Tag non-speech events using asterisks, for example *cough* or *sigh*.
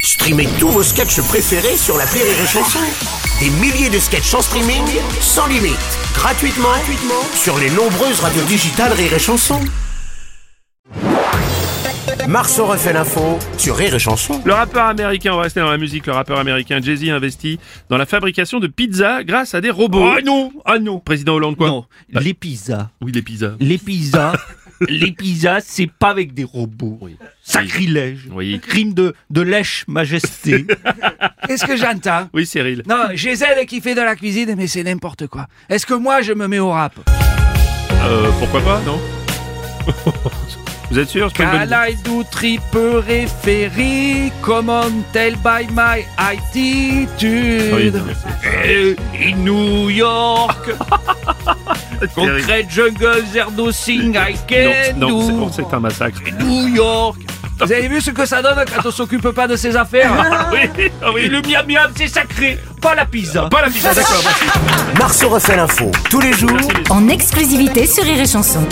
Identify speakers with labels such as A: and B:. A: Streamez tous vos sketchs préférés sur la Rire et Chanson. Des milliers de sketchs en streaming, sans limite, gratuitement, gratuitement sur les nombreuses radios digitales Rire et Chanson. Marceau refait l'info sur Rire et Chanson.
B: Le rappeur américain, on va rester dans la musique, le rappeur américain Jay-Z investit dans la fabrication de pizzas grâce à des robots.
C: Ah non, ah non.
B: Président Hollande, quoi
C: Non, les pizzas,
B: Oui, des pizzas.
C: les pizzas, Bah. *laughs* les pizzas, c'est pas avec des robots. Sacrilège.
B: Oui.
C: Crime de, de lèche-majesté. *laughs* Qu'est-ce que j'entends
B: Oui, Cyril.
C: Non, Gisèle qui fait de la cuisine, mais c'est n'importe quoi. Est-ce que moi, je me mets au rap
B: Euh, pourquoi pas,
C: *laughs*
B: non Vous êtes sûr C'est pas une bonne idée
C: Kalaidou triple référi, comment tell by my
B: Oui,
C: attitude
B: non, mais c'est-
C: Et In New York, *laughs* concrete jungle, there's nothing I can
B: Non, non, c'est-
C: do.
B: on sait que c'est un massacre.
C: New York. Vous avez vu ce que ça donne quand on s'occupe pas de
B: *laughs*
C: ses affaires
B: Oui, ah
C: Et
B: oui.
C: le miam miam, c'est sacré, pas la pizza.
B: Pas la pizza, d'accord. bah,
A: Marceau refait l'info tous les jours
D: en exclusivité sur Rire et Chanson.